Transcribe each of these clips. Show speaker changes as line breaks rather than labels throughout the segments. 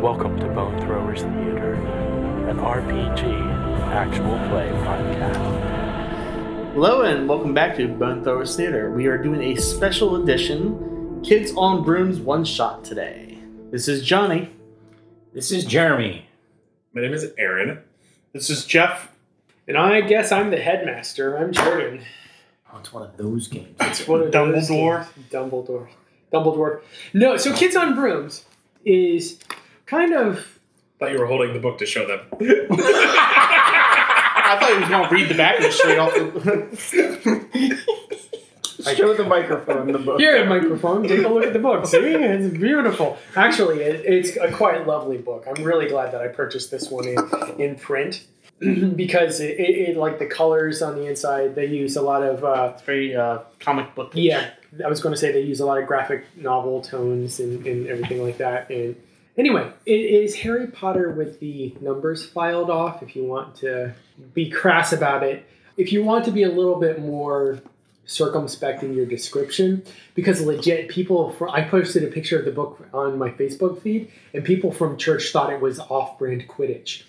Welcome to Bone Throwers Theater, an RPG actual play podcast.
Hello, and welcome back to Bone Throwers Theater. We are doing a special edition Kids on Brooms one shot today. This is Johnny.
This is Jeremy.
My name is Aaron.
This is Jeff.
And I guess I'm the headmaster. I'm Jordan.
Oh, it's one of those games.
It's one of Dumbledore. Games. Dumbledore. Dumbledore. No, so Kids on Brooms is kind of.
I thought you were holding the book to show them.
I thought he was going to read the back of it straight off
the. show the microphone the book.
Here, microphone. Take a look at the book. See, it's beautiful. Actually, it, it's a quite lovely book. I'm really glad that I purchased this one in, in print because it, it, it, like the colors on the inside they use a lot of uh,
it's very uh, comic book
yeah i was going to say they use a lot of graphic novel tones and, and everything like that and anyway it is harry potter with the numbers filed off if you want to be crass about it if you want to be a little bit more circumspect in your description because legit people for, i posted a picture of the book on my facebook feed and people from church thought it was off-brand quidditch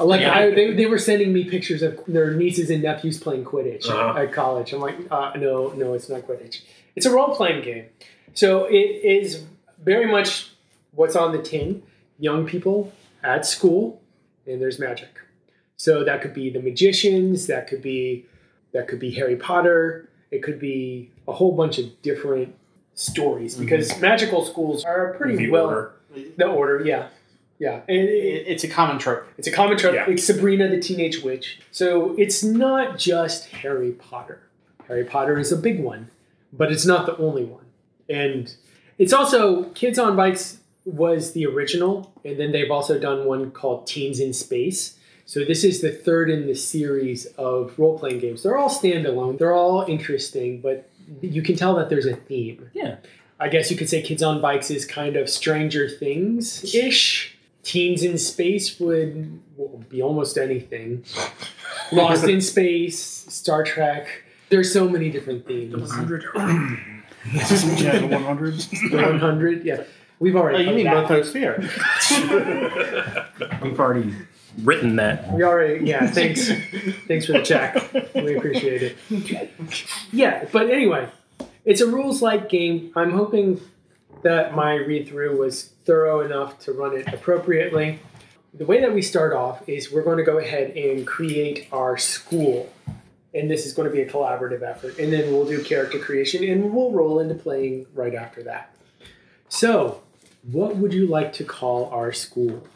Uh, like yeah. I, they, they were sending me pictures of their nieces and nephews playing quidditch uh-huh. at college i'm like uh, no no it's not quidditch it's a role-playing game so it is very much what's on the tin young people at school and there's magic so that could be the magicians that could be that could be harry potter it could be a whole bunch of different stories because mm-hmm. magical schools are pretty the well order. the order yeah yeah
it, it, it's a common trope
it's a common trope yeah. it's sabrina the teenage witch so it's not just harry potter harry potter is a big one but it's not the only one and it's also kids on bikes was the original and then they've also done one called teens in space so this is the third in the series of role-playing games. They're all standalone. They're all interesting, but you can tell that there's a theme.
Yeah.
I guess you could say Kids on Bikes is kind of Stranger Things ish. Teens in Space would well, be almost anything. Lost in Space, Star Trek. There's so many different themes. The
100.
yeah, the 100.
The 100, yeah. We've already.
Oh, you mean Lithosphere.
We've already written that.
We already, yeah. Thanks, thanks for the check. We appreciate it. Yeah, but anyway, it's a rules-like game. I'm hoping that my read-through was thorough enough to run it appropriately. The way that we start off is we're going to go ahead and create our school. And this is going to be a collaborative effort. And then we'll do character creation and we'll roll into playing right after that. So, what would you like to call our school?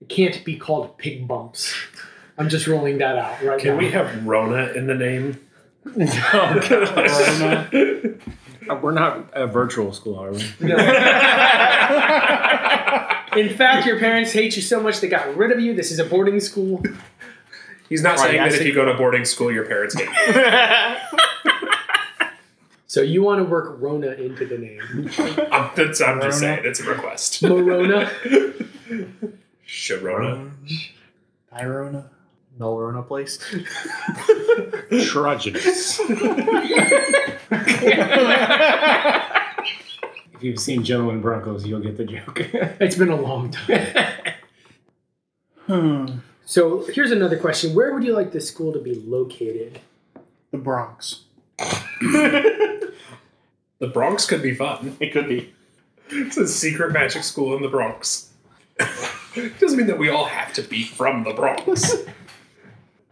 It can't be called pig bumps. I'm just rolling that out right
Can
now.
we have Rona in the name?
oh, Rona. We're not a virtual school, are we? No.
in fact, your parents hate you so much they got rid of you. This is a boarding school.
He's not saying that if you go to boarding school, your parents hate you.
So you want to work Rona into the name?
I'm, that's, I'm just saying it's a request.
Morona.
Sharona.
Irona.
Melrona place.
Trogenous.
if you've seen Gentlemen Broncos, you'll get the joke.
it's been a long time.
hmm.
So here's another question: Where would you like the school to be located?
The Bronx.
The Bronx could be fun.
It could be.
It's a secret magic school in the Bronx. Doesn't mean that we all have to be from the Bronx.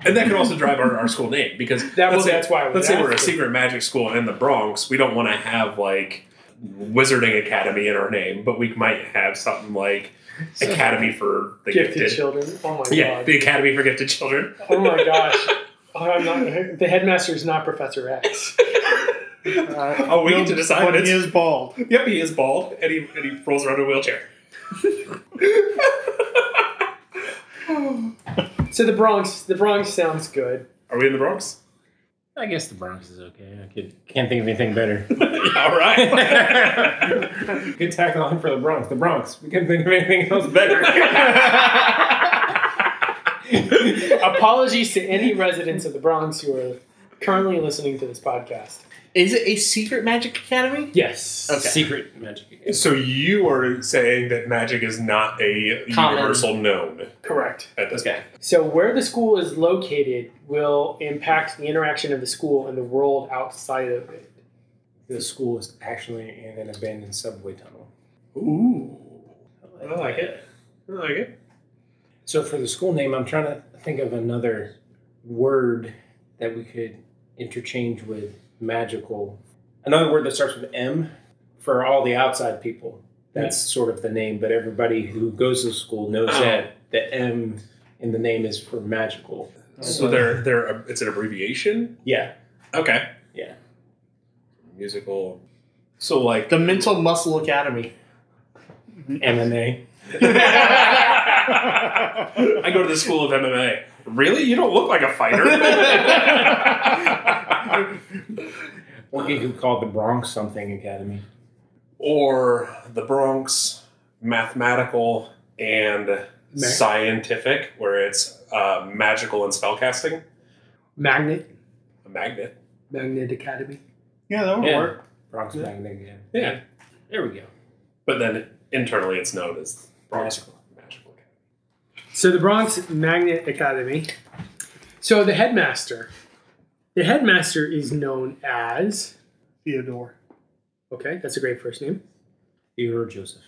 and that could also drive our, our school name because
that
let's
say, that's why.
Let's say we're a secret magic school in the Bronx. We don't want to have like Wizarding Academy in our name, but we might have something like so Academy for the
Gifted,
gifted.
Children. Oh my
yeah,
god!
the Academy for Gifted Children.
Oh my gosh! Oh, not, the headmaster is not Professor X.
Uh, oh, we get to decide.
But he is bald.
Yep, he is bald, and he, and he rolls around in a wheelchair.
So the Bronx, the Bronx sounds good.
Are we in the Bronx?
I guess the Bronx is okay. I could, can't think of anything better.
All right.
Good tackle on for the Bronx. The Bronx. We couldn't think of anything else better.
Apologies to any residents of the Bronx who are currently listening to this podcast.
Is it a secret magic academy?
Yes.
Okay.
Secret magic.
so you are saying that magic is not a
Common.
universal known
Correct.
at this
Okay.
So where the school is located will impact the interaction of the school and the world outside of it.
The school is actually in an abandoned subway tunnel.
point. Ooh.
I like it.
I like it.
So for the school name, I'm trying to think of another word that we could interchange with magical. Another word that starts with M for all the outside people. That's sort of the name, but everybody who goes to school knows that the M in the name is for magical.
So they're they're it's an abbreviation.
Yeah.
Okay.
Yeah.
Musical. So like
The Mental Muscle Academy.
MMA.
I go to the school of MMA. Really? You don't look like a fighter.
Or you could call it the Bronx something academy.
or the Bronx mathematical and scientific, where it's uh, magical and spellcasting.
Magnet.
A magnet.
Magnet Academy.
Yeah, that would
Yeah.
work.
Bronx magnet academy.
Yeah.
There we go.
But then internally it's known as Bronx magical.
So the Bronx Magnet Academy. So the headmaster. The headmaster is known as.
Theodore.
Okay, that's a great first name.
Theodore Joseph.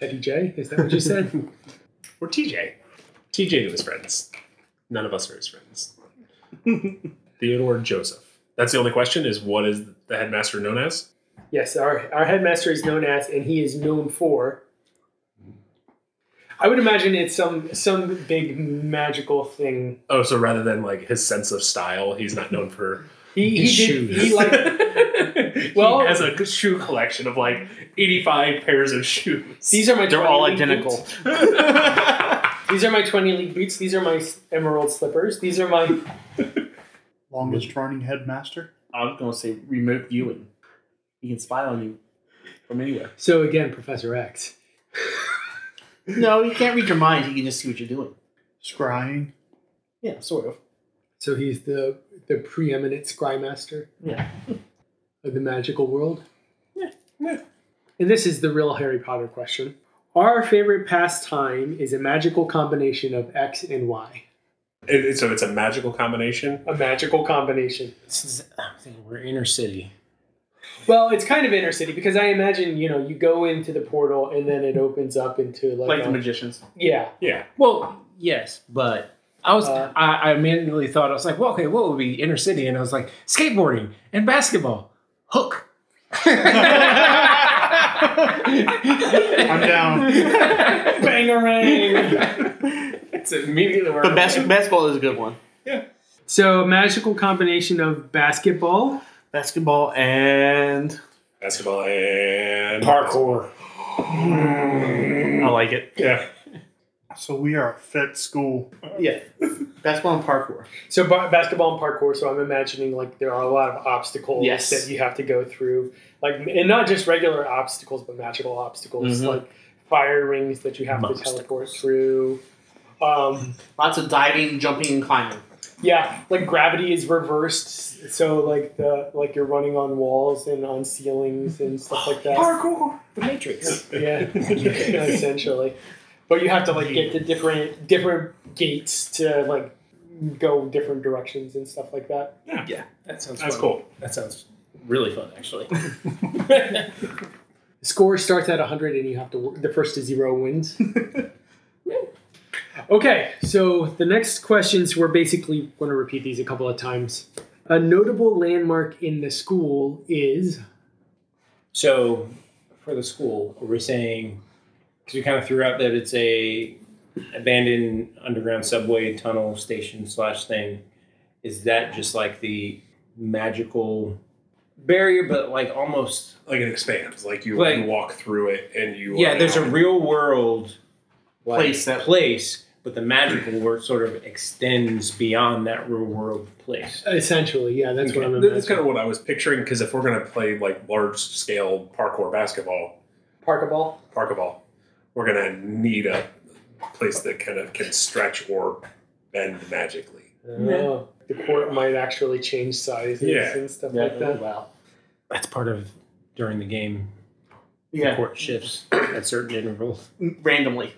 Teddy J. Is that what you said?
Or TJ. TJ to his friends. None of us are his friends. Theodore Joseph. That's the only question is what is the headmaster known as?
yes, our, our headmaster is known as, and he is known for. I would imagine it's some some big magical thing.
Oh, so rather than like his sense of style, he's not known for
He, he
His
did-
shoes.
He like
well,
Well-
he has a shoe collection of like eighty-five pairs of shoes.
these are my.
They're all
20 league
identical.
boots. These are my twenty league boots. These are my s- emerald slippers. These are my.
Longest running headmaster.
I was going to say remote viewing. He can spy on you from anywhere.
So again, Professor X.
No, he can't read your mind. He can just see what you're doing.
Scrying.
Yeah, sort of.
So he's the the preeminent scry master.
Yeah.
Of the magical world. Yeah. And this is the real Harry Potter question. Our favorite pastime is a magical combination of X and Y.
It- it- so it's a magical combination.
A magical combination.
This is, I'm thinking we're inner city.
Well, it's kind of inner city because I imagine you know you go into the portal and then it opens up into like,
Like
a-
the magicians.
yeah.
Yeah,
Well, yes, but I was
Uh,
I, I immediately thought I was like, well, okay, what would be inner city? And I was like, skateboarding and basketball, hook.
I'm down.
Bangarang.
It's immediately where
But
I'm
bas-
like,
basketball is a good one.
so a magical combination of basketball.
Basketball and.
basketball and Hmm.
parkour.
I like it.
Yeah,
So we are a fit school.
Yeah. Basketball and parkour.
So ba- basketball and parkour. So I'm imagining like there are a lot of obstacles
Yes.
that you have to go through, like and not just regular obstacles, but magical obstacles
Mhm.
like fire rings that you have to
Obstacles.
teleport through. Um,
Lots of diving, jumping, and climbing.
yeah, like gravity is reversed, so like the like you're running on walls and on ceilings and stuff like that.
Parkour, the Matrix.
Yeah, essentially. But you have to like get to different different gates to like go different directions and stuff like that.
That sounds
that's
fun.
cool.
That sounds really fun, actually.
Score starts at 100 and you have to the first to zero wins. okay, so the next questions we're basically going to repeat these a couple of times. A notable landmark in the school is
So, for the school, we're saying because we kind of threw out that it's a abandoned underground subway tunnel station slash thing. Is that just like the magical barrier, but like almost
Like it expands. Like you,
Like-
you walk through it and you.
yeah.
are
There's a
now-
real world like,
Place that-
place, but the magical world sort of extends beyond that real world place.
Essentially, yeah, that's what I'm
That's
imagining.
kind of what I was picturing because if we're gonna play like large scale parkour basketball,
Park a ball.
parkaball, we're gonna need a place that kind of can stretch or bend magically.
Oh, the court might actually change sizes
Yeah.
and stuff
Yeah.
like that.
Wow, that's part of during the game. The
Yeah,
court shifts at certain intervals.
randomly.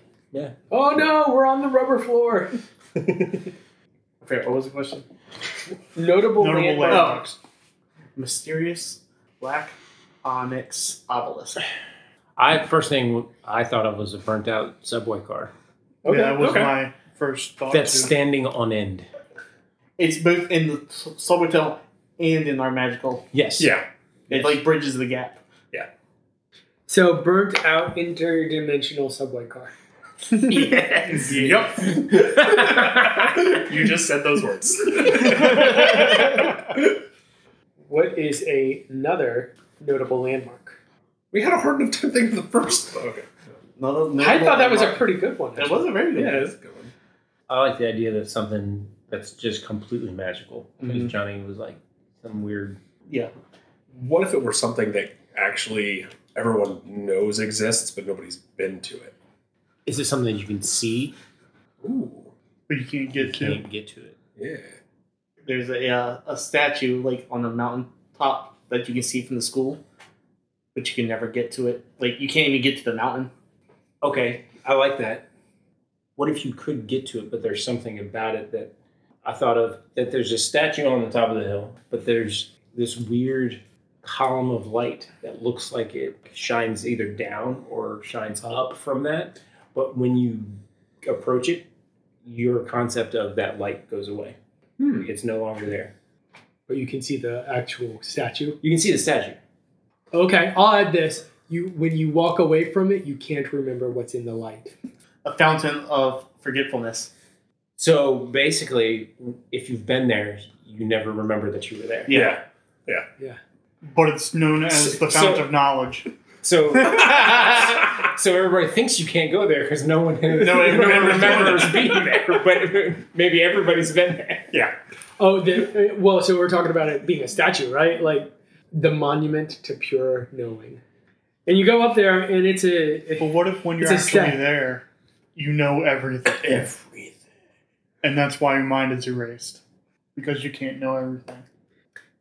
Oh no, we're on the rubber floor.
Okay, what was the question?
Notable,
Notable
landmark-
landmarks.
Oh. Mysterious black onyx obelisk.
I first thing I thought of was a burnt out subway car
Oh, Okay,
yeah, that was
okay.
my first thought.
that's
too.
standing on end.
It's both in the s- subway tale and in our magical.
Yes.
Yeah,
It like bridges the gap.
So burnt out interdimensional subway car.
yes.
Yep. you just said those words.
What is a- another notable landmark?
we had a hard enough time thinking of the first. Okay.
Another
I
notable
thought that was a
landmark.
pretty good one.
That was a very good.
Yeah,
one.
that's a good one.
I like the idea that something that's just completely magical. Because
Mm-hmm.
Mhm.
Johnny was like some weird.
What if it were something that actually everyone knows exists, but nobody's been to it?
Is it something that you can see?
Ooh.
But you can't get to.
Can't get to it.
Yeah.
There's a uh, a statue like on a mountain top that you can see from the school, but you can never get to it. Like you can't even get to the mountain.
Okay, I like that. What if you could get to it, but there's something about it that I thought of that there's a statue on the top of the hill, but there's this weird column of light that looks like it shines either down or shines up from that. But when you approach it, your concept of that light goes away.
Hmm.
It's no longer there.
But you can see the actual statue.
You can see the statue.
Okay, I'll add this. You when you walk away from it, you can't remember what's in the light.
A fountain of forgetfulness.
So basically, if you've been there, you never remember that you were there.
Yeah.
But it's known as the
So-
fount of knowledge.
So, so everybody thinks you can't go there because no one no one remembers being there. But maybe everybody's been there.
Yeah.
Oh, the, uh, well, so we're talking about it being a statue, right? Like the monument to pure knowing. And you go up there, and it's a
But what if when you're
It's a
actually
step.
there, you know everything,
Everything.
and that's why your mind is erased because you can't know everything.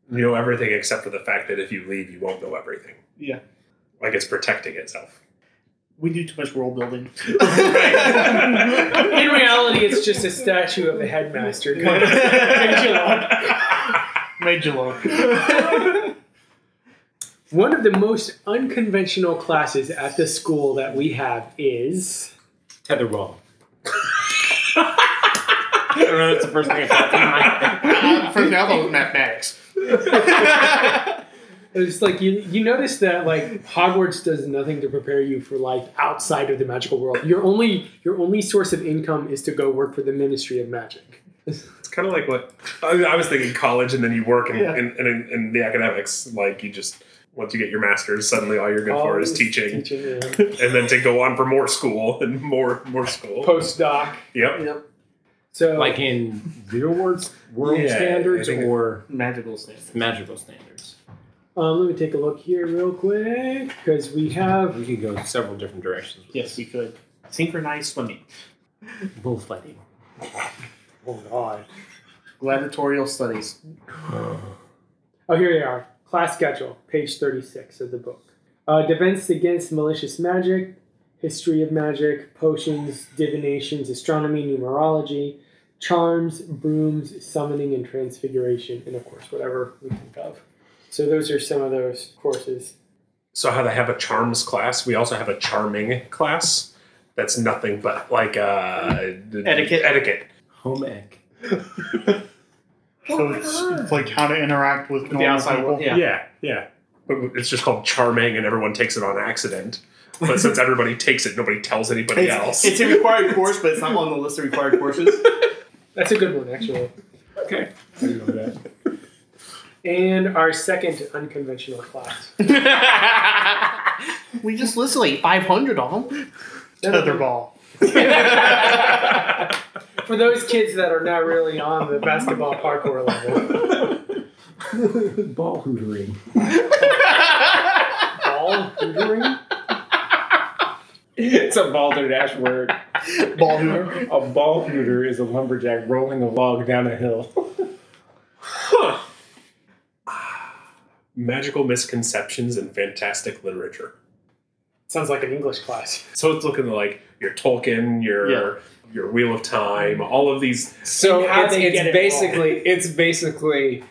You know everything except for the fact that if you leave, you won't know everything.
Yeah.
Like it's protecting itself.
We do too much world building.
in reality, it's just a statue of the headmaster.
Made you look.
One of the most unconventional classes at the school that we have is
Tetherball. I don't know. That's the first thing I popped in my head.
First thing I thought was mathematics.
it's like you you notice that like Hogwarts does nothing to prepare you for life outside of the magical world. Your only your only source of income is to go work for the Ministry of Magic.
It's kind of like what I, mean, I was thinking college, and then you work in,
Yeah.
in, in, in, the academics. Like you just once you get your master's, suddenly all you're good for is
Always
teaching,
teaching yeah.
and then to go on for more school and more more school.
postdoc.
yep.
So
Like in real world, world
Yeah, I
standards
think-
or
Magical stuff.
magical standards.
um, let me take a look here real quick because we have
We could go several different directions. with
Yes, we could. Synchronized swimming.
this. bullfighting.
oh god
Gladiatorial studies.
Oh, here they are. Class schedule, page 36 of the book. Uh, defense against malicious magic, history of magic, potions, divinations, astronomy, numerology, charms, brooms, summoning, and transfiguration, and of course, whatever we think of. So, those are some of those courses.
So how they have a charms class, we also have a charming class. That's nothing but like uh,
Etiquette.
Etiquette.
Home ec.
Oh
So it's, it's like how to interact with
The
normal
outside
people.
world. Yeah.
yeah. yeah. But it's just called charming, and everyone takes it on accident. But since everybody takes it, nobody tells anybody
It's,
else.
it's a required course, but it's not on the list of required courses.
That's a good one, actually.
okay.
And our second unconventional class.
we just listed like 500 of them.
Tetherball.
For those kids that are not really on the basketball parkour level,
Ball hootering.
ball hootering.
It's a balderdash word.
Ball hooter.
A ball hooter is a lumberjack rolling a log down a hill.
Magical misconceptions and fantastic literature.
Sounds like an English class.
So it's looking like your Tolkien, your
Yeah.
your Wheel of Time, all of these.
So
And how
it's,
they
it's
get it
basically it's basically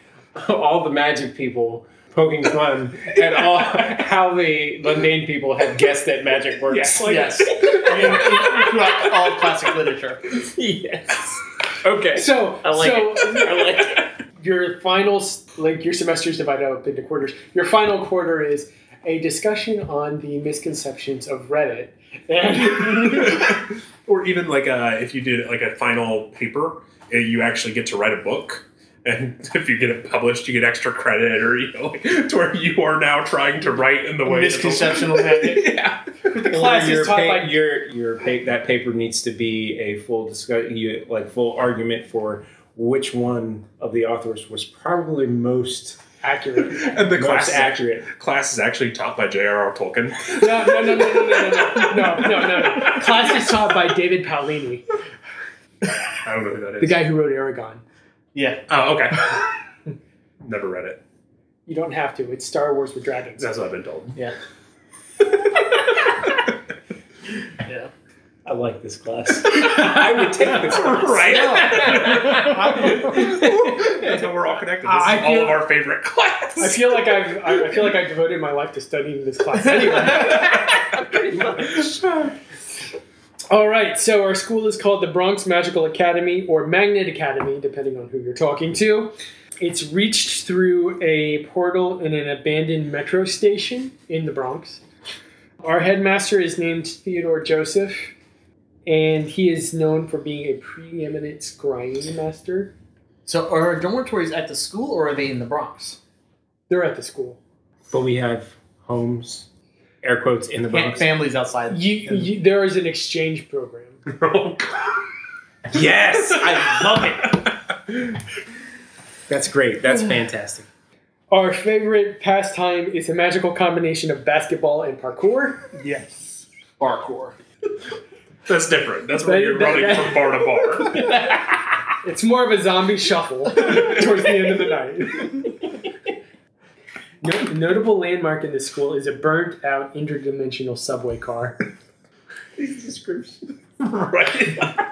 all the magic people poking fun at all how the mundane people have guessed that magic works.
Yes, like-
Yes. I mean, throughout all classic literature.
Yes. Okay.
So,
I like
so
I like
your finals, like your semester's divided up into quarters. Your final quarter is a discussion on the misconceptions of Reddit.
or even like uh if you did like a final paper, uh, you actually get to write a book. And if you get it published, you get extra credit, or you know, like, to where you are now trying to write in the way that the-
Misconceptional magic.
yeah,
class is
your,
taught
pa-
by-
your your pa- that paper needs to be a full discussion, you, like full argument for which one of the authors was probably most accurate,
and the
most
class is, act-
accurate.
class is actually taught by J.R.R. Tolkien.
No, no, no, no, no, no, no, no, no, no, no. Class is taught by David Paolini,
I don't know who that is.
the guy who wrote Aragon.
Yeah.
Oh, okay. Never read it.
You don't have to. It's Star Wars with dragons.
That's what I've been told.
Yeah. yeah.
I like this class. I would take this class.
right? That's how we're all connected. This
I
is all
feel-
of our favorite class.
I feel like I've I I feel like I devoted my life to studying this class anyway. All right, so our school is called the Bronx Magical Academy or Magnet Academy, depending on who you're talking to. It's reached through a portal in an abandoned metro station in the Bronx. Our headmaster is named Theodore Joseph, and he is known for being a preeminent scrying master.
So are our dormitories at the school or are they in the Bronx?
They're at the school.
But we have homes, air quotes in the
Can't
Bronx.
families outside.
You, you, there is an exchange program.
Oh,
Yes, I love it. That's great. That's fantastic.
Our favorite pastime is a magical combination of basketball and parkour.
Yes.
Parkour.
That's different. That's where
That-
you're
that-
running
that-
from bar to bar.
It's more of a zombie shuffle towards the end of the night. No, notable landmark in this school is a burnt out interdimensional subway car.
These descriptions.
right?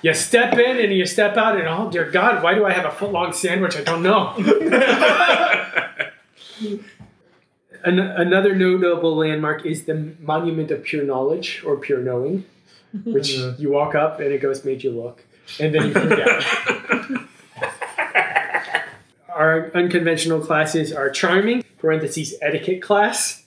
You step in and you step out, and oh dear God, why do I have a foot long sandwich? I don't know. An- another notable landmark is the Monument of Pure Knowledge or Pure Knowing, which you walk up and it goes, Made you look. And then you forget. our unconventional classes are charming parentheses etiquette class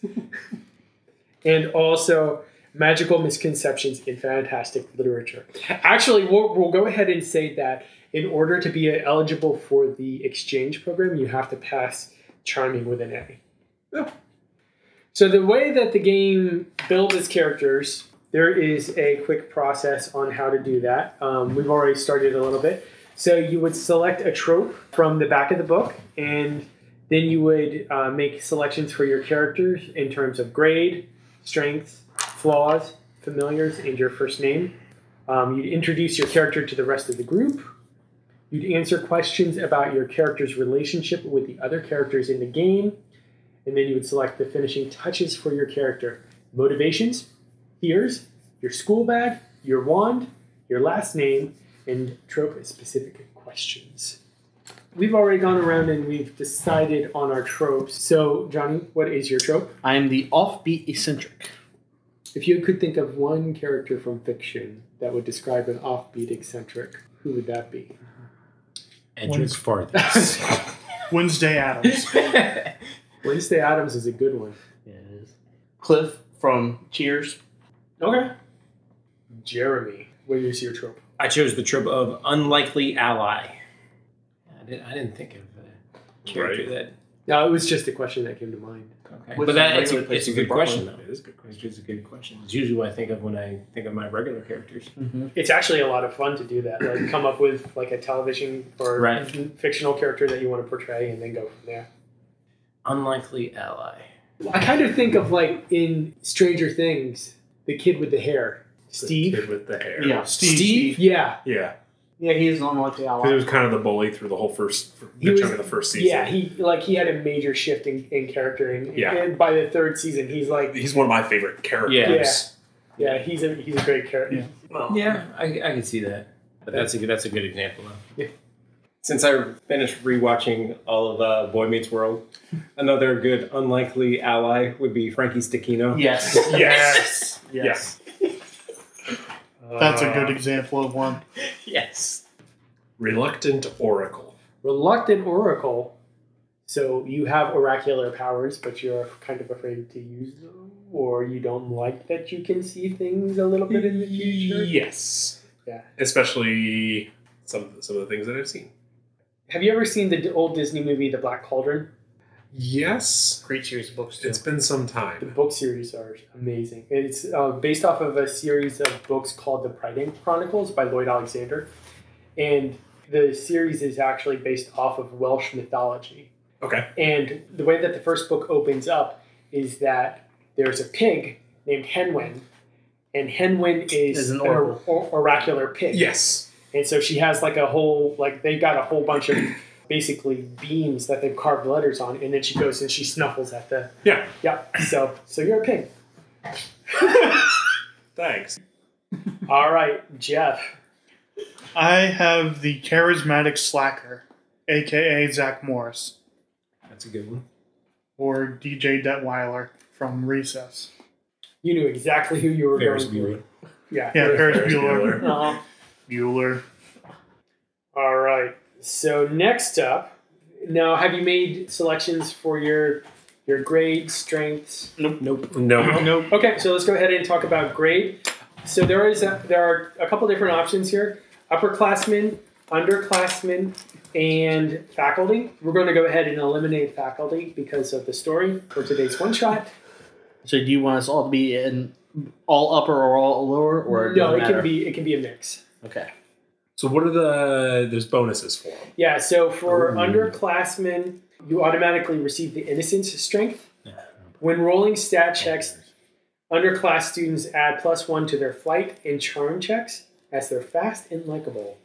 and also magical misconceptions in fantastic literature actually we'll, we'll go ahead and say that in order to be eligible for the exchange program you have to pass charming with an a so the way that the game builds its characters there is a quick process on how to do that um, we've already started a little bit so you would select a trope from the back of the book, and then you would uh, make selections for your characters in terms of grade, strengths, flaws, familiars, and your first name. Um, you'd introduce your character to the rest of the group. You'd answer questions about your character's relationship with the other characters in the game, and then you would select the finishing touches for your character: motivations, fears, your school bag, your wand, your last name, and trope specific questions. We've already gone around and we've decided on our tropes. So, Johnny, what is your trope?
I'm the offbeat eccentric.
If you could think of one character from fiction that would describe an offbeat eccentric, who would that be?
Edric Farthest.
Wednesday Adams.
Wednesday Adams is a good one.
Cliff from Cheers.
Okay. Jeremy, what is your trope?
I chose the trope of unlikely ally. I didn't, I didn't think of uh, character
Right.
that.
No, it was just a question that came to mind.
Okay.
Which
but that,
is
it's,
regular
a, it's a
places
good
in
question, though.
Brooklyn.
It is a good question. It's a good question. It's usually what I think of when I think of my regular characters.
Mm-hmm.
It's actually a lot of fun to do that. Like come up with like a television or
Right.
fictional character that you want to portray, and then go from there.
Unlikely ally.
I kind of think of like in Stranger Things, the kid with the hair,
The
Steve.
kid with the hair.
Yeah.
Steve.
Steve?
Yeah,
Yeah.
Yeah, he is unlikely
He
ally.
was kind of the bully through the whole first
He
good
was-
chunk of the first season.
yeah. He like he had a major shift in, in character, and,
Yeah.
and by the third season, he's like,
He's one of my favorite characters.
yeah, he's a he's a great character.
Yeah.
Well,
Yeah, Oh, I, I can see that. But that's a good, that's a good example though.
Yeah.
Since I finished rewatching all of uh, Boy Meets World, another good unlikely ally would be Frankie Stakino.
Yes.
Yes.
Yes.
That's a
Uh,
good example of one.
Yes.
Reluctant Oracle.
Reluctant Oracle. So you have oracular powers, but you're kind of afraid to use them, or you don't like that you can see things a little bit in the future.
Yes.
Yeah.
Especially some some of the things that I've seen.
Have you ever seen the d- old Disney movie, The Black Cauldron?
Yes.
Creatures books too.
It's been some
The
time.
book series are amazing. It's uh, based off of a series of books called The Priding Chronicles by Lloyd Alexander. And the series is actually based off of Welsh mythology.
Okay.
And the way that the first book opens up is that there's a pig named Henwin, and Henwin is,
Is an
or- or- oracular pig.
Yes.
And so she has like a whole, like they've got a whole bunch of basically beams that they've carved letters on, and then she goes and she snuffles at the.
Yeah.
Yeah. So, so you're a pig.
Thanks.
All right, Jeff.
I have the charismatic slacker, aka Zach Morris,
That's a good one.
or DJ Detweiler from Recess.
You knew exactly who you were
Ferris
going for.
Bueller.
Yeah.
Yeah, Ferris Bueller.
Bueller.
Uh-huh.
Bueller.
All right. So next up, now have you made selections for your your grade strengths?
Nope.
No.
Nope.
Okay, so let's go ahead and talk about grade. So there is a, there are a couple different options here: upperclassmen, underclassmen, and faculty. We're going to go ahead and eliminate faculty because of the story for today's one shot.
So do you want us all to be in all upper or all lower, or
no,
doesn't
it can
matter?
be it can be a mix.
okay.
So what are the there's bonuses for them?
Yeah, so for
Ooh.
underclassmen, you automatically receive the innocence strength. When rolling stat checks, underclass students add plus one to their flight and charm checks as they're fast and likable.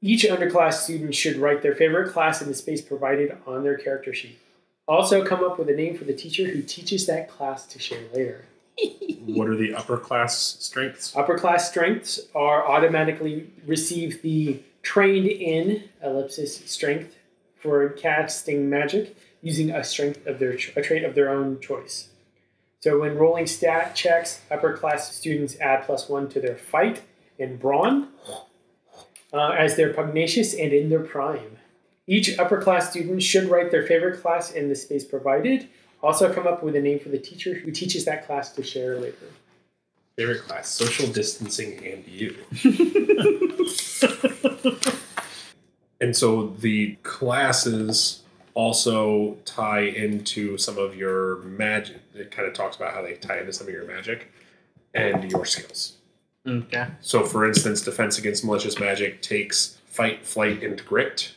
Each underclass student should write their favorite class in the space provided on their character sheet. Also, come up with a name for the teacher who teaches that class to share later.
What are the upper class strengths?
Upperclass strengths are automatically receive the trained in ellipsis strength for casting magic using a strength of their a trait of their own choice. So when rolling stat checks, upperclass students add plus one to their fight and brawn uh, as they're pugnacious and in their prime. Each upperclass student should write their favorite class in the space provided. Also, come up with a name for the teacher who teaches that class to share later.
Favorite class, social distancing and you. and so the classes also tie into some of your magic. It kind of talks about how they tie into some of your magic and your skills.
Okay.
So, for instance, defense against malicious magic takes fight, flight, and grit.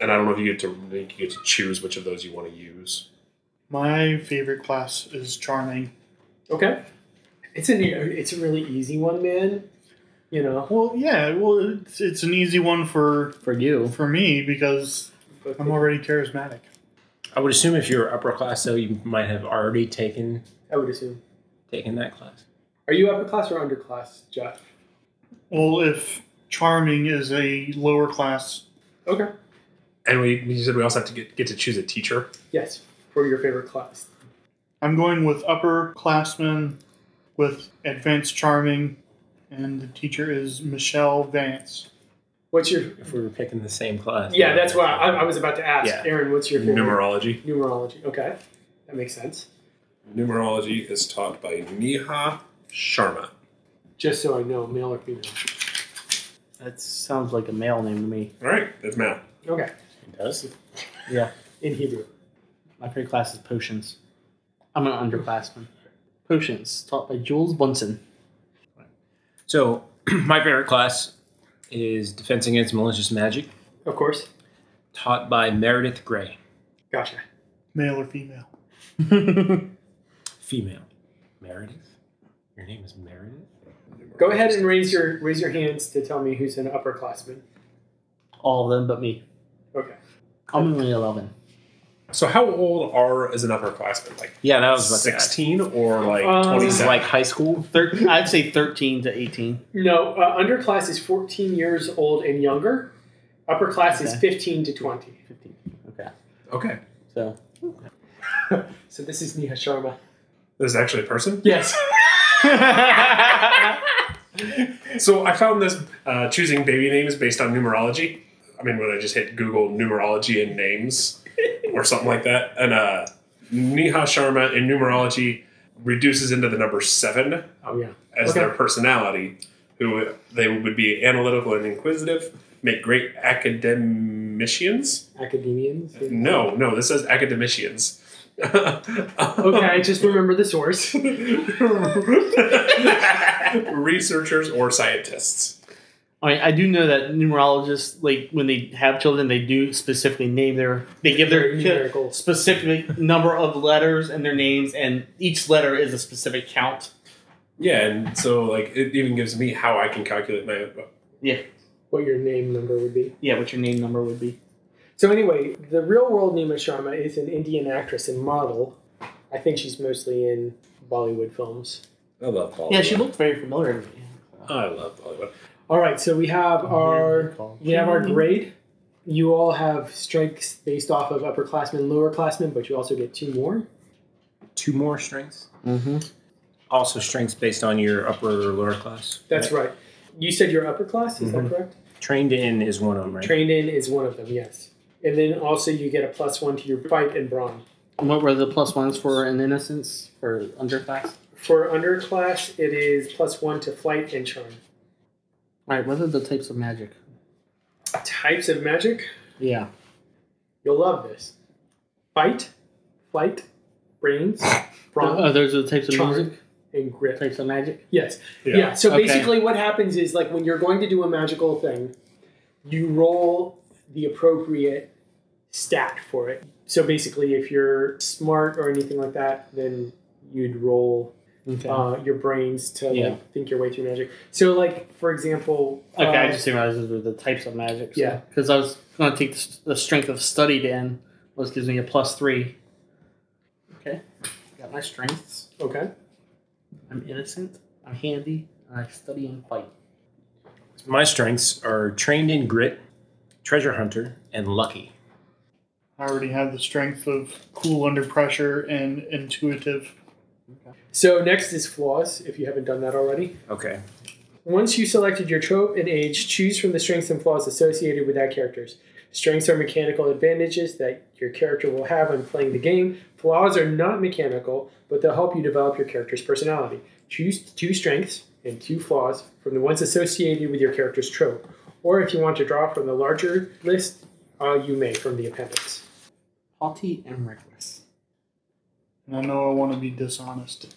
And I don't know if you get to I think you get to choose which of those you want to use.
My favorite class is charming.
Okay. It's an it's a really easy one, man. You know,
Well, Oh, yeah. Well, it's, it's an easy one for
For you.
for me because I'm already charismatic.
I would assume if you were upper class, though, you might have already taken
I would assume.
taken that class.
Are you upper class or underclass, Jeff?
Well, if charming is a lower class,
Okay.
And we you said we also have to get, get to choose a teacher.
Yes, for your favorite class.
I'm going with upperclassmen with advanced charming, and the teacher is Michelle Vance.
What's your?
If we were picking the same class.
Yeah, that's why I, I was about to ask,
Yeah.
Aaron. What's your favorite
Numerology.
numerology? Okay, that makes sense.
Numerology is taught by Neha Sharma.
Just so I know, male or female.
That sounds like a male name to me.
All right, that's Matt.
Okay.
It does.
in Hebrew.
My favorite class is potions. I'm an underclassman. Potions, taught by Jules Bunsen.
So, my favorite class is Defense Against Malicious Magic,
Of course.
taught by Meredith Gray,
Gotcha.
male or female.
female. Meredith? Your name is Meredith?
Go ahead and raise your raise your hands to tell me who's an upperclassman.
All of them but me.
Okay.
I'm only 11.
So how old are as an upperclassman? Like
Yeah, that was about to ask. Uh,
sixteen or like
Um,
twenty seven?
Like high school?
Thir- I'd say 13 to 18.
No, uh, underclass is 14 years old and younger. Upperclass is
Okay.
15 to 20.
15. Okay.
okay,
So,
So this is Neha Sharma.
this is actually a person.
Yes.
So I found this uh, choosing baby names based on numerology. I mean, when I just hit Google numerology and names or something like that, and uh, Neha Sharma in numerology reduces into the number seven
Oh yeah.
as
Okay.
their personality, who they would be analytical and inquisitive, make great academicians.
Academians.
No, no, this says academicians.
Okay, just remember the source.
Researchers or scientists.
I mean, I do know that numerologists, like when they have children, they do specifically name their, they give their kid
numerical.
specific number of letters and their names, and each letter is a specific count.
Yeah, and so like it even gives me how I can calculate my.
What your name number would be.
Yeah, what your name number would be.
So anyway, the real world Nima Sharma is an Indian actress and model. I think she's mostly in Bollywood films.
I love Bollywood.
Yeah, she looked very familiar to me.
I love Bollywood.
All right, so we have our we have our grade. You all have strikes based off of upperclassmen, lowerclassmen, but you also get two more.
Two more strengths?
Mm-hmm.
Also, strengths based on your upper or lower class.
That's right. You said you're upper class, is
Mm-hmm.
that correct?
Trained in is one of them, right?
Trained in is one of them, yes. And then also you get a plus one to your fight and brawn.
And what were the plus ones for an innocence for underclass?
For underclass, it is plus one to flight and charm.
All right, what are the types of magic?
Types of magic,
Yeah.
you'll love this. Fight, flight, brains, brawn,
Oh, those are the types of
Charm.
music.
and grip.
Types of magic.
Yes.
Yeah.
Yeah. So
Okay.
basically, what happens is like when you're going to do a magical thing, you roll the appropriate stat for it. So basically, if you're smart or anything like that, then you'd roll
Okay.
uh, your brains to
Yeah.
like, think your way through magic. So, like for example,
okay, I
uh,
just realized those were the types of magic.
Yeah.
Because I was going to take the, s- the strength of studied in, which gives me a plus three. Okay. Got my strengths.
okay,
I'm innocent. I'm handy. And I study and fight.
My strengths are trained in grit, treasure hunter, and lucky.
I already have the strength of cool under pressure and intuitive.
so next is flaws. If you haven't done that already,
Okay.
Once you selected your trope and age, choose from the strengths and flaws associated with that character's. Strengths are mechanical advantages that your character will have when playing the game. Flaws are not mechanical, but they'll help you develop your character's personality. Choose two strengths and two flaws from the ones associated with your character's trope. Or if you want to draw from the larger list, uh, you may from the appendix.
Haughty and reckless.
And I know I want to be dishonest.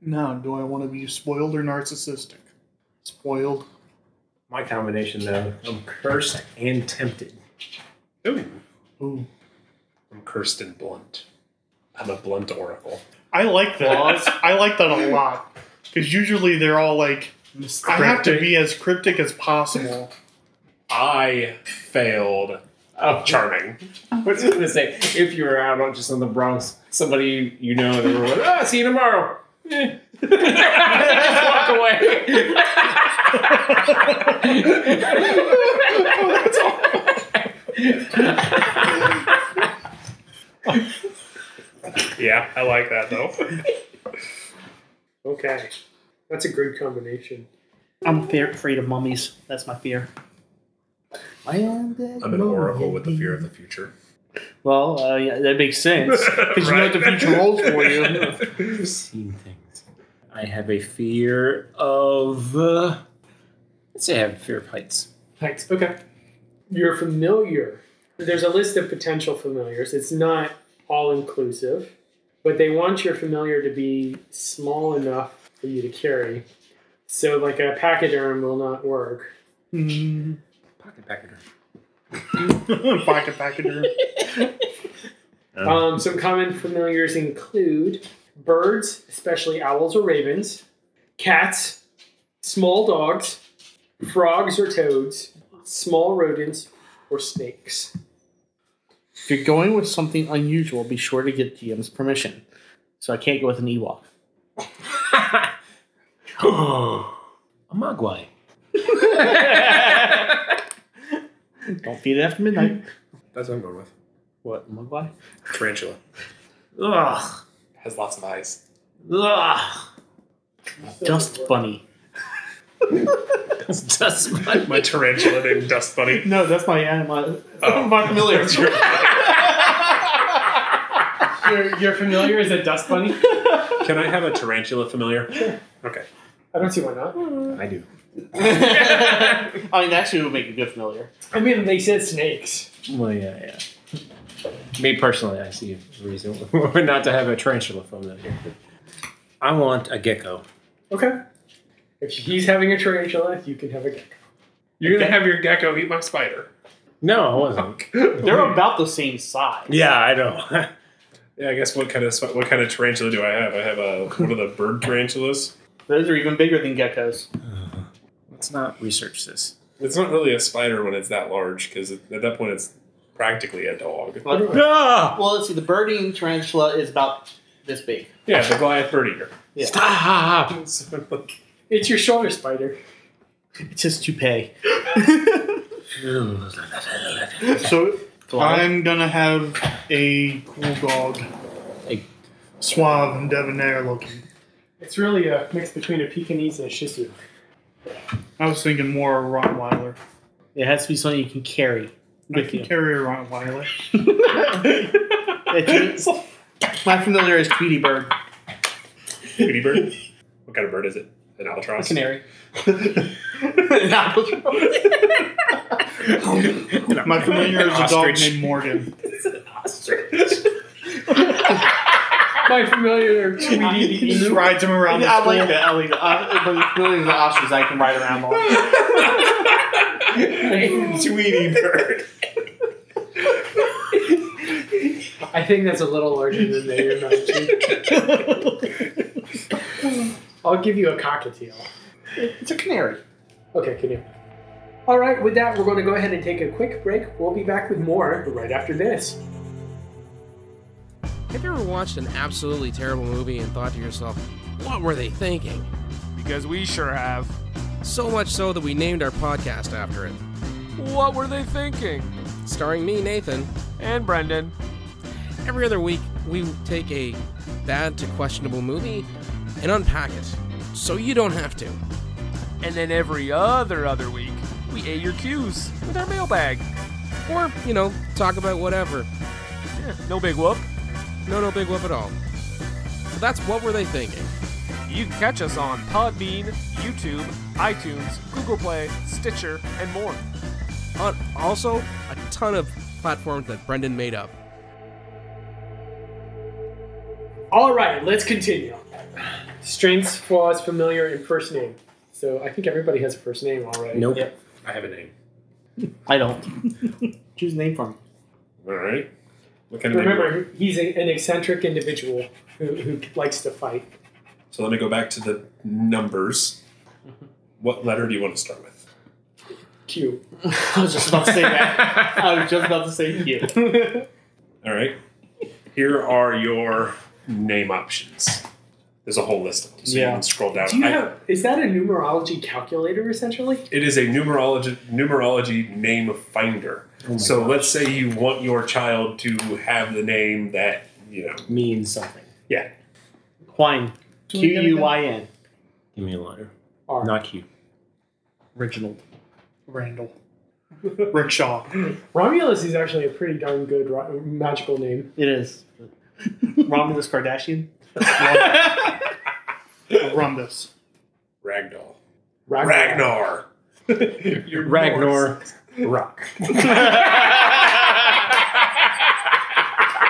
Now, do I want to be spoiled or narcissistic? Spoiled.
My combination, though, I'm cursed and tempted.
Ooh,
Ooh.
I'm cursed and blunt. I'm a blunt oracle.
I like that.
Flaws?
I like that a lot. Because usually they're all like, I have to be as cryptic as possible.
I failed charming.
I was just gonna say, if you were out on just on the Bronx, somebody you know, they were like, "Ah, see you tomorrow." Eh. just walk away.
Yeah, I like that though.
Okay. That's a great combination.
I'm fear- afraid of mummies. That's my fear. I am dead
I'm an oracle with the fear of the future.
Well, uh, yeah, that makes sense. Because you know what the future holds for you.
you.
Seen things. I have a fear of. Uh, let's say I have a fear of heights.
Thanks. Okay. You're familiar There's a list of potential familiars. It's not all inclusive, but they want your familiar to be small enough for you to carry. So, like a pachyderm will not work.
Mm,
Pocket packeter.
pocket packager.
Um, some common familiars include birds, especially owls or ravens, cats, small dogs, frogs or toads, small rodents, or snakes.
If you're going with something unusual, be sure to get GM's permission. So I can't go with an Ewok.
A mogwai.
Don't feed it after midnight.
That's what I'm going with.
what, Mugwai?
Tarantula.
Ugh.
Has lots of eyes.
Ugh. Dust bunny.
Dust bunny.
My tarantula named Dust Bunny.
No, that's my animal.
Oh.
My familiar.
Your, your familiar is a dust bunny?
Can I have a tarantula familiar? Okay.
I don't see why not.
I do.
I mean, actually, it would make a good familiar.
I mean, they said snakes.
Well, yeah, yeah. Me personally, I see a reason not to have a tarantula from that here. I want a gecko.
Okay. If he's having a tarantula, you can have a gecko.
You're gonna have your gecko eat my spider.
No, I wasn't.
They're about the same size.
yeah, I know.
Yeah, I guess what kind of sp- what kind of tarantula do I have? I have a one of the bird tarantulas.
Those are even bigger than geckos.
Let's not research this.
It's not really a spider when it's that large because at that point it's practically a dog.
Well,
no!
well, let's see. The birding tarantula is about this big.
Yeah, the Goliath bird eater.
Stop!
It's your shoulder spider.
It's his toupee.
So
Goliath?
I'm gonna have a cool dog.
A-
Suave and debonair looking.
It's really a mix between a Pekingese and a Shih Tzu.
I was thinking more Rottweiler.
It has to be something you can carry
I
with
can
you.
carry a Rottweiler.
That you- My familiar is Tweety Bird.
Tweety bird. What kind of bird is it? An albatross.
Canary. Albatross.
My familiar is a dog
Ostrich.
named Morgan.
My familiar
He
Tweety
just rides him around the
I
school.
like that. I like that. Uh, but the familiar is the ostrich I can ride around on.
Tweety bird.
I think that's a little larger than they imagined. I'll give you a cockatiel.
It's a canary.
Okay, can you? All right, with that, we're going to go ahead and take a quick break. We'll be back with more right after this.
Have you ever watched an absolutely terrible movie and thought to yourself, what were they thinking?
Because we sure have.
So much so that we named our podcast after it.
What were they thinking?
Starring me, Nathan.
And Brendan.
Every other week, we take a bad to questionable movie and unpack it so you don't have to.
And then every other other week, we A your Q's with our mailbag.
Or, you know, talk about whatever.
Yeah, no big whoop.
No, no big whoop at all. So that's what were they thinking?
You can catch us on Podbean, YouTube, iTunes, Google Play, Stitcher, and more.
On Uh, also a ton of platforms that Brendan made up.
All right, let's continue. Strengths, flaws, familiar, and first name. So I think everybody has a first name already.
Nope.
I have a name.
I don't. Choose a name for me.
All right. What kind of name?
Remember, he's a, an eccentric individual who, who likes to fight.
So let me go back to the numbers. What letter do you want to start with?
Q.
I was just about to say that. I was just about to say you.
All right. Here are your name options. There's a whole list of them, so
Yeah.
you can scroll down.
Do you
I-
have? Is that a numerology calculator essentially?
it is a numerology numerology name finder. so let's say you want your child to have the name that you know.
Means something.
Yeah.
Quine.
Do
Q
we get it
U Y N.
Give me a letter.
R.
Not you.
Reginald.
Randall. Rickshaw.
Romulus is actually a pretty darn good ro- magical name.
It is. Romulus Kardashian.
Rhombus.
Ragdoll.
Ragnar.
Ragnar.
Ragnar. Rock.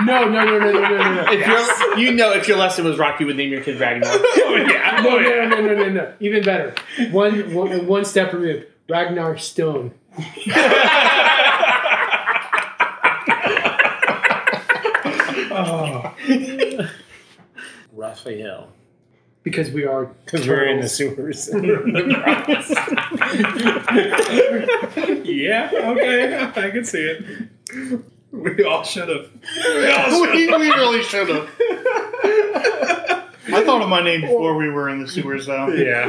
No, no, no, no, no, no, no.
If you're, you know, if your lesson was rock, you would name your kid Ragnar.
No, no, no, no, no, no. Even better. One, one, one step removed. Ragnar Stone.
Raphael.
Because we are.
Because we're in the sewers.
yeah, okay, I can see it. We all should have. We all
we,
should have.
we really should have. I thought of my name before we were in the sewers, though.
Yeah.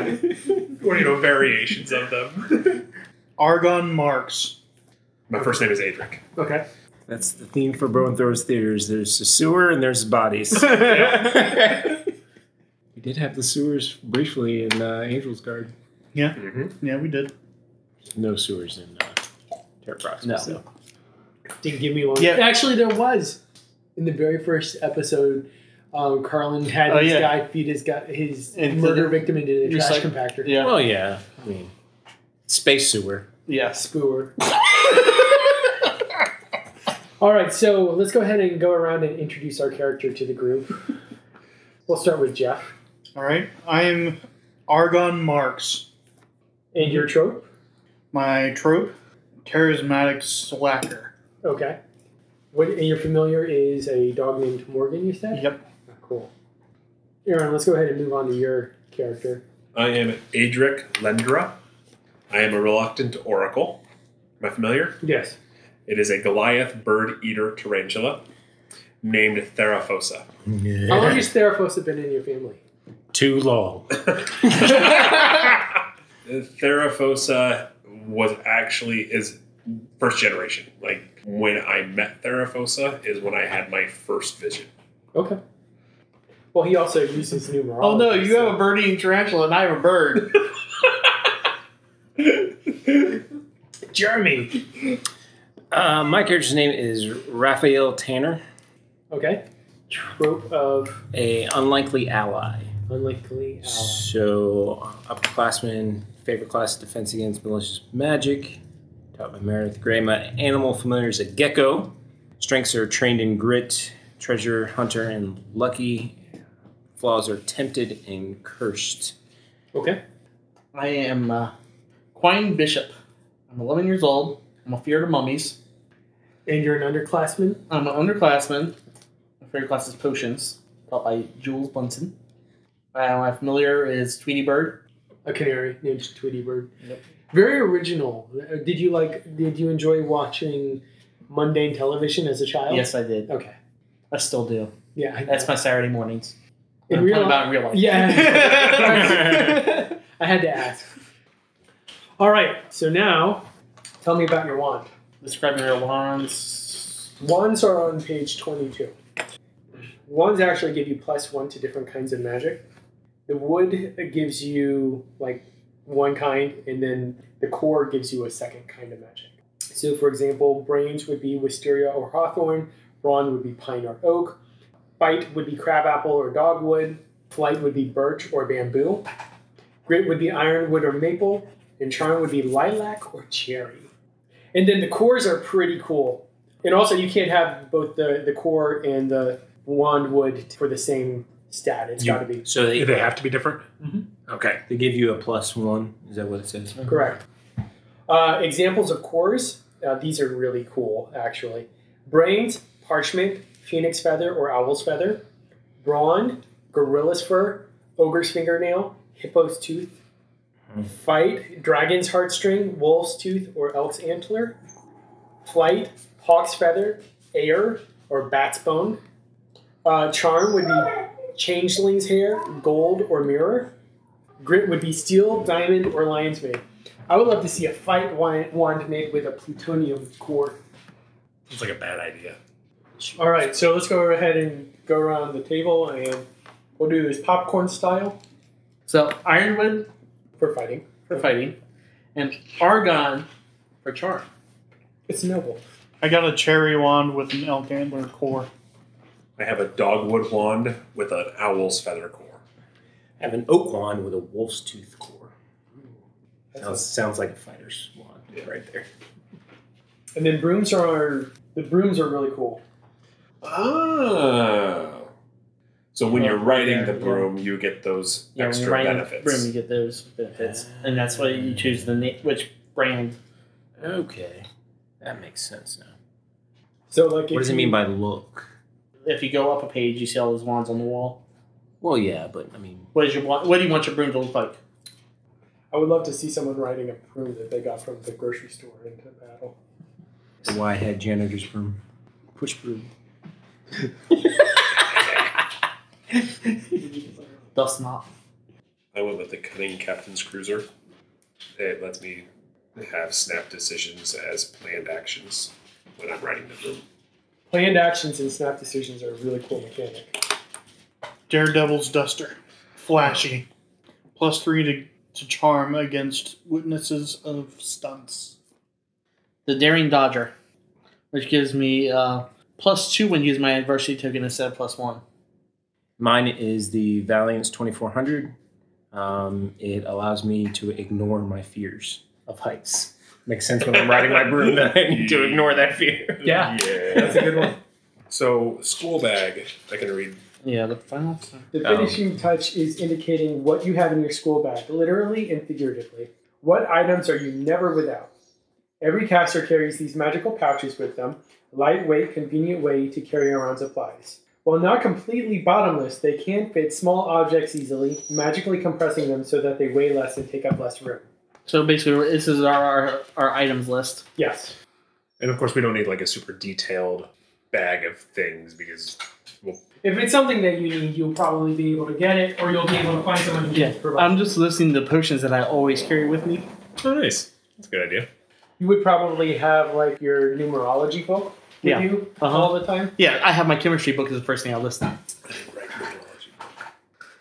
Or, you know, variations of them.
Argon Marks.
My first name is Adric.
Okay.
That's the theme for Bone Throws Theaters. There's the sewer and there's bodies. we did have the sewers briefly in uh, Angel's Guard.
Yeah, yeah, we did.
No sewers in uh, Terra Proxima.
No.
so.
Didn't give me one.
Yeah.
Actually, there was in the very first episode. Um, Carlin had
Oh,
this
yeah.
guy feed his guy, his
And
murder
did it-
victim into the
you're
trash
like-
compactor.
Yeah,
Well, yeah. I mean, space sewer.
yes.
Spooer. All right, so let's go ahead and go around and introduce our character to the group. We'll start with Jeff
All right, I am Argon Marks.
and your trope.
My trope, charismatic slacker.
Okay. What and your familiar is a dog named Morgan. You said.
Yep.
Cool. Aaron, let's go ahead and move on to your character.
I am Adric Lendra. I am a reluctant oracle. Am I familiar?
Yes.
It is a Goliath bird eater tarantula named Theraphosa.
How long has Theraphos been in your family?
Too long.
Theraphosa was actually is first generation. Like when I met Theraphosa is when I had my first vision.
Okay. Well, he also uses numerology.
Oh no, you
so-
have a birdie and tarantula, and I have a bird.
Jeremy. Uh, my character's name is Raphael Tanner,
Okay. Trope of
a unlikely ally.
unlikely ally.
So, upperclassman, favorite class, defense against malicious magic. Taught by Meredith Gray. My animal familiar is a gecko. Strengths are trained in grit, treasure hunter, and lucky. Flaws are tempted and cursed.
Okay.
I am uh, Quine Bishop. I'm 11 years old. I'm afraid of mummies.
And you're an underclassman.
I'm an underclassman. My favorite class is potions, taught by Jules Bunsen. Uh, my familiar is Tweety Bird.
a canary named Tweety Bird. Very original. Uh, Did you like? Did you enjoy watching mundane television as a child?
Yes, I did.
Okay.
I still do.
Yeah. I,
That's my Saturday mornings.
in
I'm
real-
talking about in real life.
Yeah. I had to ask. All right. So now, tell me about your wand.
Describing your wands.
Wands are on page twenty-two. Wands actually give you plus one to different kinds of magic. The wood gives you like one kind, and then the core gives you a second kind of magic. So, for example, brains would be wisteria or hawthorn, brawn would be pine or oak, bite would be crabapple or dogwood, flight would be birch or bamboo, grit would be ironwood or maple, and charm would be lilac or cherry. And then the cores are pretty cool. And also, you can't have both the, the core and the wand wood for the same stat. It's
You-
got to be
So they,
They have to be different.
Mhm.
Okay.
they give you a plus one. Is that what it says?
Correct. Uh, examples of cores. Uh, these are really cool, actually. Brains, parchment, phoenix feather or owl's feather, brawn, gorilla's fur, ogre's fingernail, hippo's tooth, fight, dragon's heartstring, wolf's tooth or elk's antler, flight, hawk's feather, air or bat's bone. Uh, charm would be changeling's hair, gold or mirror. Grit would be steel, diamond, or lion's mane. I would love to see a fight wi- wand made with a plutonium core.
It's like a bad idea.
All right, so let's go ahead and go around the table, and we'll do this popcorn style
So ironwood
for fighting.
for fighting, and argon for charm.
It's noble.
I got a cherry wand with an elk antler core.
I have a dogwood wand with an owl's feather core.
I have an oak wand with a wolf's tooth core. Sounds, sounds like a fighter's wand right there.
And then brooms are the brooms are really cool.
Ah. So when you're
Yeah,
writing
Oh. yeah,
the
yeah.
broom, you get those
Yeah, when
extra
you're writing the
benefits. Ah.
room, you get those benefits, and that's why you choose the na- which brand.
Okay. That makes sense now.
So like,
What
if
does it
you-
mean by look?
If you go up a page, you see all those wands on the wall.
Well, yeah, but I mean,
What is your wa- what do you want your broom to look like?
I would love to see someone riding a broom that they got from the grocery store into battle.
the Whitehead janitor's broom. Push broom.
Dust mop.
I went with the cunning captain's cruiser. It lets me have snap decisions as planned actions when I'm writing the room.
Planned actions and snap decisions are a really cool mechanic.
Daredevil's Duster. Flashy. Plus three to, to charm against witnesses of stunts.
The daring dodger, which gives me uh, plus two when you use my adversity token instead of plus one.
Mine is the Valiance 2400. Um, it allows me to ignore my fears of heights. Makes sense when I'm riding my broom that I need to ignore that fear.
Yeah.
Yeah.
a good one.
so school bag. I can read.
Yeah, the final.
The
Um,
Oh.
finishing touch is indicating what you have in your school bag, literally and figuratively. What items are you never without? Every caster carries these magical pouches with them, lightweight, convenient way to carry around supplies. While not completely bottomless, they can fit small objects easily, magically compressing them so that they weigh less and take up less room.
So basically, this is our our, our items list.
Yes.
And of course, we don't need like a super detailed bag of things because
If it's something that you need, you'll probably be able to get it, or you'll be able to find someone who
Yeah, Um,
can provide.
I'm
it.
just listing the potions that I always carry with me.
oh, nice. That's a good idea.
you would probably have like your numerology book with
Yeah.
you
Uh-huh.
all the time.
Yeah, I have my chemistry book is the first thing I list. Now.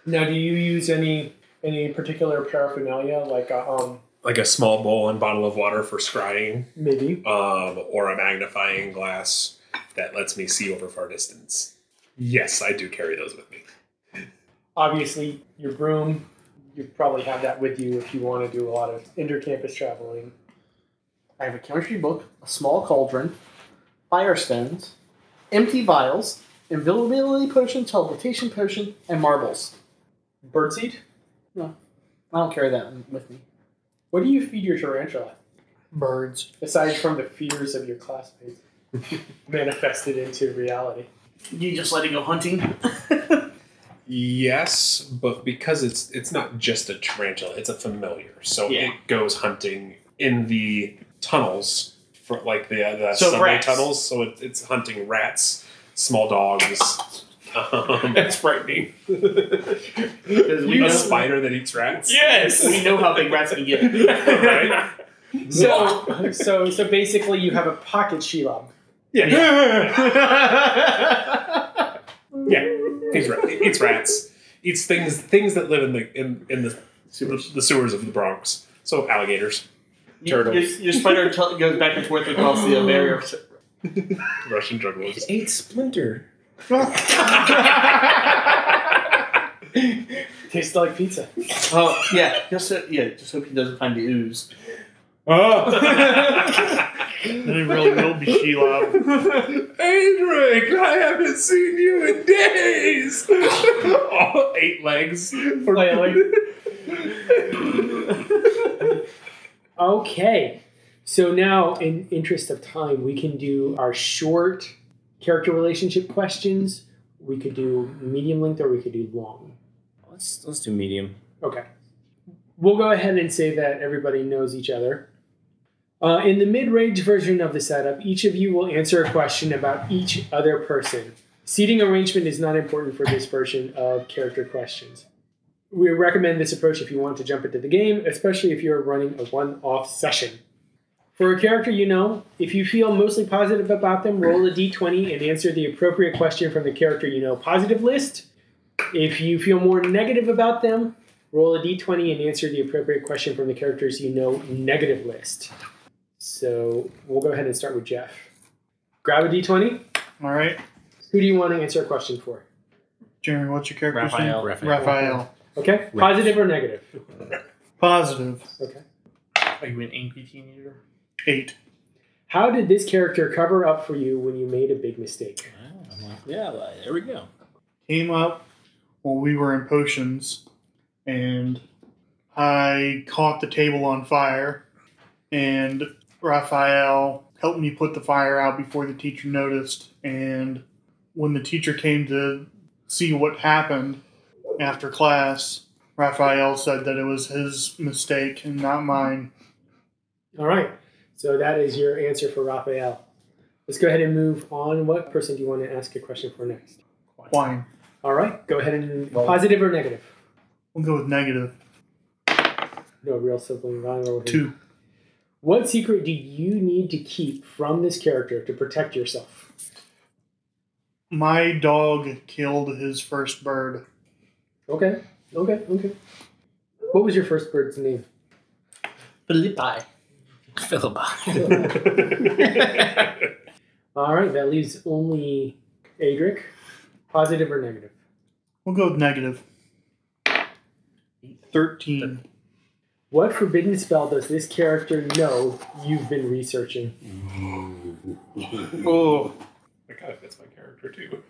Now, do you use any any particular paraphernalia, like a, um
Like a small bowl and bottle of water for scrying,
maybe?
um, or a magnifying glass that lets me see over far distance. Yes, I do carry those with me.
Obviously, your broom. You probably have that with you if you want to do a lot of intercampus traveling.
I have a chemistry book, a small cauldron, fire stones, empty vials, invulnerability potion, teleportation potion, and marbles.
Birdseed.
I don't carry that with me.
What do you feed your tarantula?
Birds.
Aside from the fears of your classmates manifested into reality.
You just let it go hunting.
Yes, but because it's it's not just a tarantula, it's a familiar. So
Yeah.
it goes hunting in the tunnels for like the, the
So
subway
rats.
tunnels. So it, it's hunting rats, small dogs. Um, it's frightening.
Because
a spider that eats rats.
Yes, we know how big rats can get.
right?
So, so, so basically, you have a pocket shelob.
Yeah. Yeah. Eats, rat, eats rats. Eats things things that live in the in, in the, the the sewers of the Bronx. So alligators,
Your, your spider t- goes back and forth across the barrier.
Russian jugglers.
Eight splinter.
Tastes like pizza.
Oh yeah, just so, yeah, just hope he doesn't find the ooze.
Then it really will be Shelob.
Adric, I haven't seen you in days. All eight legs. For
Okay. So now, in interest of time, we can do our short character relationship questions. We could do medium length or we could do long.
Let's let's do medium.
Okay. We'll go ahead and say that everybody knows each other. Uh, in the mid range version of the setup, each of you will answer a question about each other person. Seating arrangement is not important for this version of character questions. We recommend this approach if you want to jump into the game, especially if you're running a one off session. For a character you know, if you feel mostly positive about them, roll a d20 and answer the appropriate question from the character you know positive list. If you feel more negative about them, Roll a d20 and answer the appropriate question from the characters you know negative list. So we'll go ahead and start with Jeff. Grab a d20.
All right,
Who do you want to answer a question for?
Jeremy, what's your character's
Raphael.
name? Raphael.
Okay, positive or negative?
Positive.
Okay.
Are you an angry teenager?
Eight.
How did this character cover up for you when you made a big mistake?
I'm like, yeah, well, there we go.
came up while we were in potions, and I caught the table on fire, and Raphael helped me put the fire out before the teacher noticed. And when the teacher came to see what happened after class, Raphael said that it was his mistake and not mine.
All right. So that is your answer for Raphael. Let's go ahead and move on. What person do you want to ask a question for next?
Wine.
All right. Go ahead and
Well-
positive or negative.
We'll go with negative
No real sibling rivalry.
two.
What secret do you need to keep from this character to protect yourself?
My dog killed his first bird.
Okay. Okay. Okay. What was your first bird's name?
Philippi.
Philippi.
All right. That leaves only Adric. Positive or negative?
We'll go with negative. 13.
What forbidden spell does this character know you've been researching?
Oh,
That kind of fits my character too.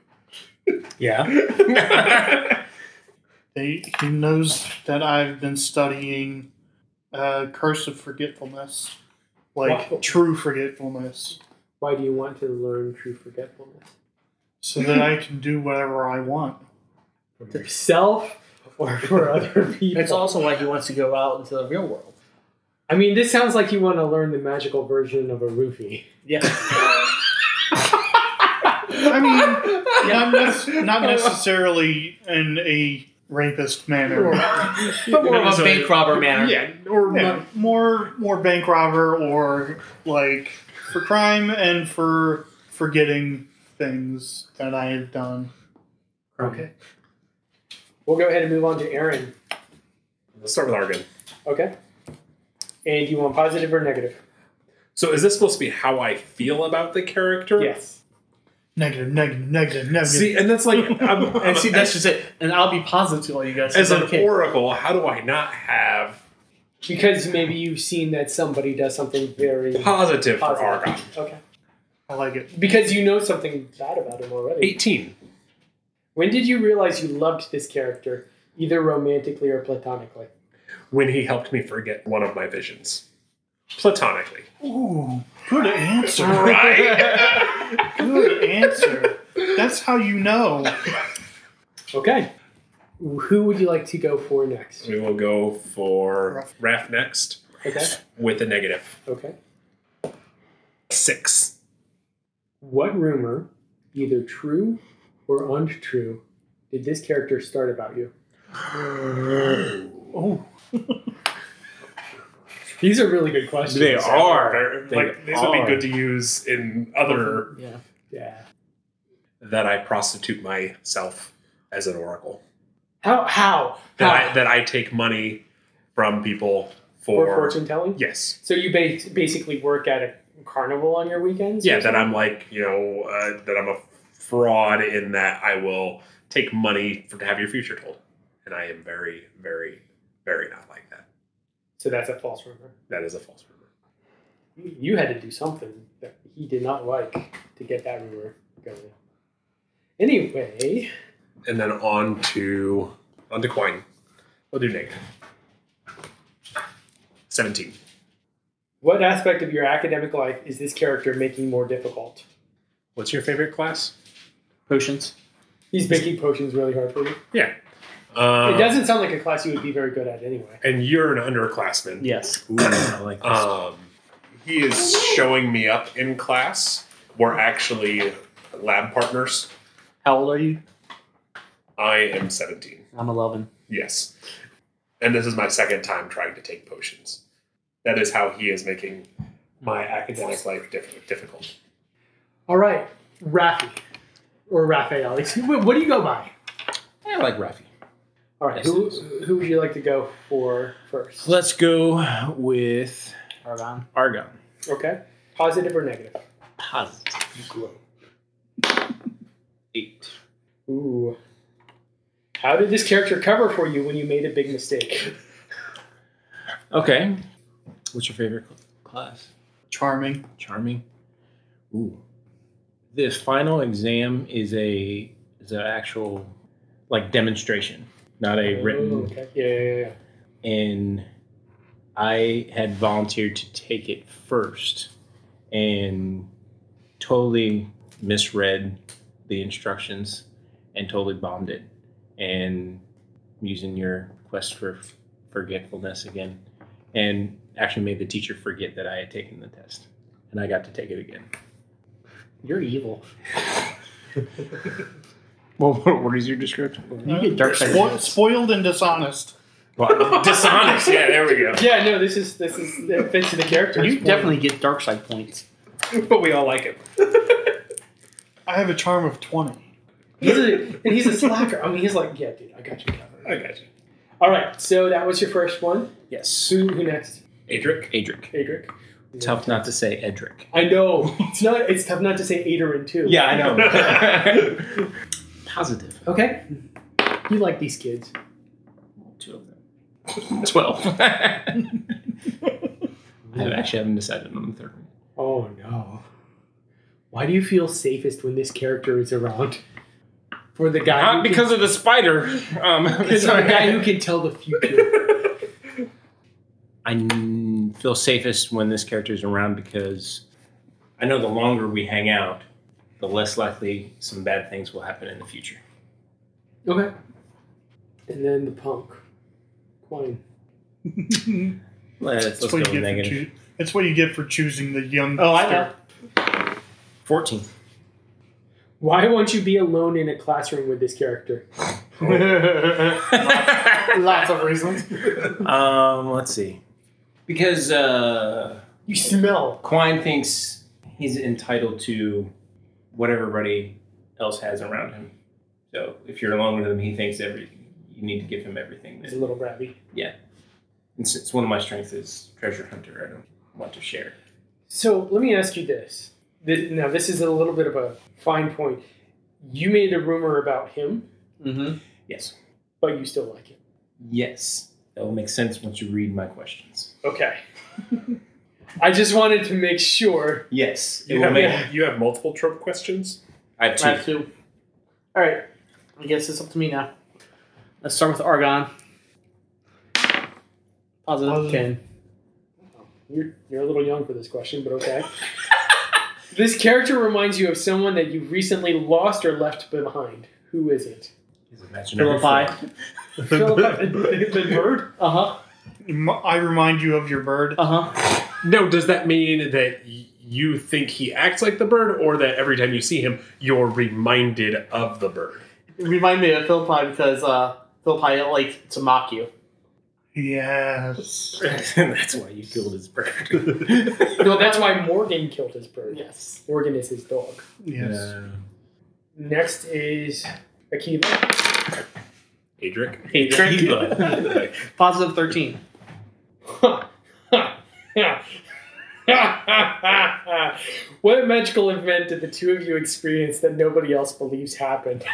yeah.
they, he knows that I've been studying uh, Curse of Forgetfulness. Like
Wow.
true forgetfulness.
Why do you want to learn true forgetfulness?
So that I can do whatever I want.
For yourself or for other people?
It's also why he wants to go out into the real world.
I mean, this sounds like you want to learn the magical version of a roofie.
Yeah.
I mean, not, nec- not necessarily in a rapist manner.
but more of a bank robber manner.
yeah, or
Yeah, more more bank robber or like for crime and for forgetting things that I have done.
Okay. We'll go ahead and move on to Aaron.
let's start with Argon.
Okay. And you want positive or negative?
So is this supposed to be how I feel about the character?
Yes.
Negative, negative, negative, negative.
See, and that's like, I'm,
And see, that's just it. And I'll be positive to all you guys.
as an
Okay.
oracle. How do I not have
Because maybe you've seen that somebody does something very
positive, for
Positive.
Argon?
Okay.
I like it.
Because you know something bad about him already.
Eighteen.
When did you realize you loved this character, either romantically or platonically?
When he helped me forget one of my visions, platonically.
Ooh, good answer.
Right.
Good answer. That's how you know.
Okay. Who would you like to go for next?
we will go for Raph next
Okay.
with a negative
Okay.
six.
What rumor, either true or untrue, did this character start about you?
Oh,
These are really good questions.
They are
They
like these would
are.
be good to use in other
Yeah.
Yeah.
that I prostitute myself as an oracle.
How? How?
That
how?
I that I take money from people for,
for fortune telling?
yes.
So you ba- basically work at a carnival on your weekends?
Yeah, that I'm like you know uh, that I'm a fraud in that I will take money for to have your future told, and I am very very very not like that.
So that's a false rumor.
That is a false rumor.
You you had to do something that he did not like to get that rumor going. Anyway,
and then on to on to coin. We'll do negative. Seventeen.
what aspect of your academic life is this character making more difficult?
What's your favorite class?
Potions.
He's making potions really hard for you.
Yeah. Um,
Uh,
it doesn't sound like a class you would be very good at anyway.
And you're an underclassman.
Yes.
Ooh, I like this.
Um, he is showing me up in class. We're actually lab partners.
How old are you?
I am seventeen.
I'm 11.
Yes. And this is my second time trying to take potions. That is how he is making my academic life diff- difficult.
All right, Rafi or Raphael. Excuse- What what do you go by?
I like Rafi.
All right, who, who would you like to go for first?
Let's go with
Around.
Argon.
Okay, positive or negative?
Positive. Glow.
Eight.
Ooh. How did this character cover for you when you made a big mistake?
Okay. What's your favorite cl- class?
charming.
Charming. Ooh.
The final exam is a is an actual like demonstration, not a written.
Oh, Okay. Yeah, yeah, yeah.
And I had volunteered to take it first, and totally misread the instructions and totally bombed it. And using your quest for forgetfulness again, and actually made the teacher forget that I had taken the test, and I got to take it again.
You're evil.
Well, what, what is your description?
You get dark side.
Spoil, spoiled and dishonest.
Dishonest. Yeah, there we go.
Yeah, no, this is this is that fits the character.
You definitely get dark side points.
but we all like it.
I have a charm of 20.
He's a, and he's a slacker. I mean, he's like, yeah, dude, I got you covered.
I got you.
All right, so that was your first one.
Yes,
Who, who next?
Adric.
Adric.
Adric.
Tough not to say Edric.
I know it's not. It's tough not to say Aderin too.
Yeah, I know. Positive.
Okay. You like these kids.
Two of them. Twelve. I actually haven't decided on the third one.
Oh no. Why do you feel safest when this character is around? For the guy, who
Not
can-
because of the spider. Um,
because of
sorry.
the guy who can tell the future.
I n- feel safest when this character is around because I know the longer we hang out, the less likely some bad things will happen in the future.
okay. And then the punk. Coin.
Let's,
That's
let's
what,
go
you
with
get for
negative.
choo- that's what you get for choosing the young.
Oh, I know.
14.
Why won't you be alone in a classroom with this character?
Lots of reasons.
um, let's see. Because uh,
You smell.
Quine thinks he's entitled to what everybody else has around him. So if you're alone with him, he thinks every you need to give him everything.
He's a little brabby.
And since one of my strengths is treasure hunter, I don't want to share.
So let me ask you this. Th- Now this is a little bit of a fine point. You made a rumor about him,
Mm-hmm.
Yes.
but you still like him.
Yes. That will make sense once you read my questions.
Okay. I just wanted to make sure.
Yes.
You have, a, you have multiple trope questions?
I have
I have two. All right. I guess it's up to me now. Let's start with Argon. Positive
Positive.
ten.
You're, you're a little young for this question, but okay. this character reminds you of someone that you recently lost or left behind. Who is it?
Philippi.
Philip, the, the bird?
Uh huh.
M- I remind you of your bird.
Uh huh.
No, does that mean that y- you think he acts like the bird or that every time you see him, you're reminded of the bird?
Remind me of Philippi because uh, Philippi like to mock you.
Yes.
That's why you killed his bird.
No, that's why Morgan killed his bird.
Yes.
Morgan is his dog.
Yes.
Next is Akiva.
Adric?
Hey, trick. Positive thirteen.
what magical event did the two of you experience that nobody else believes happened?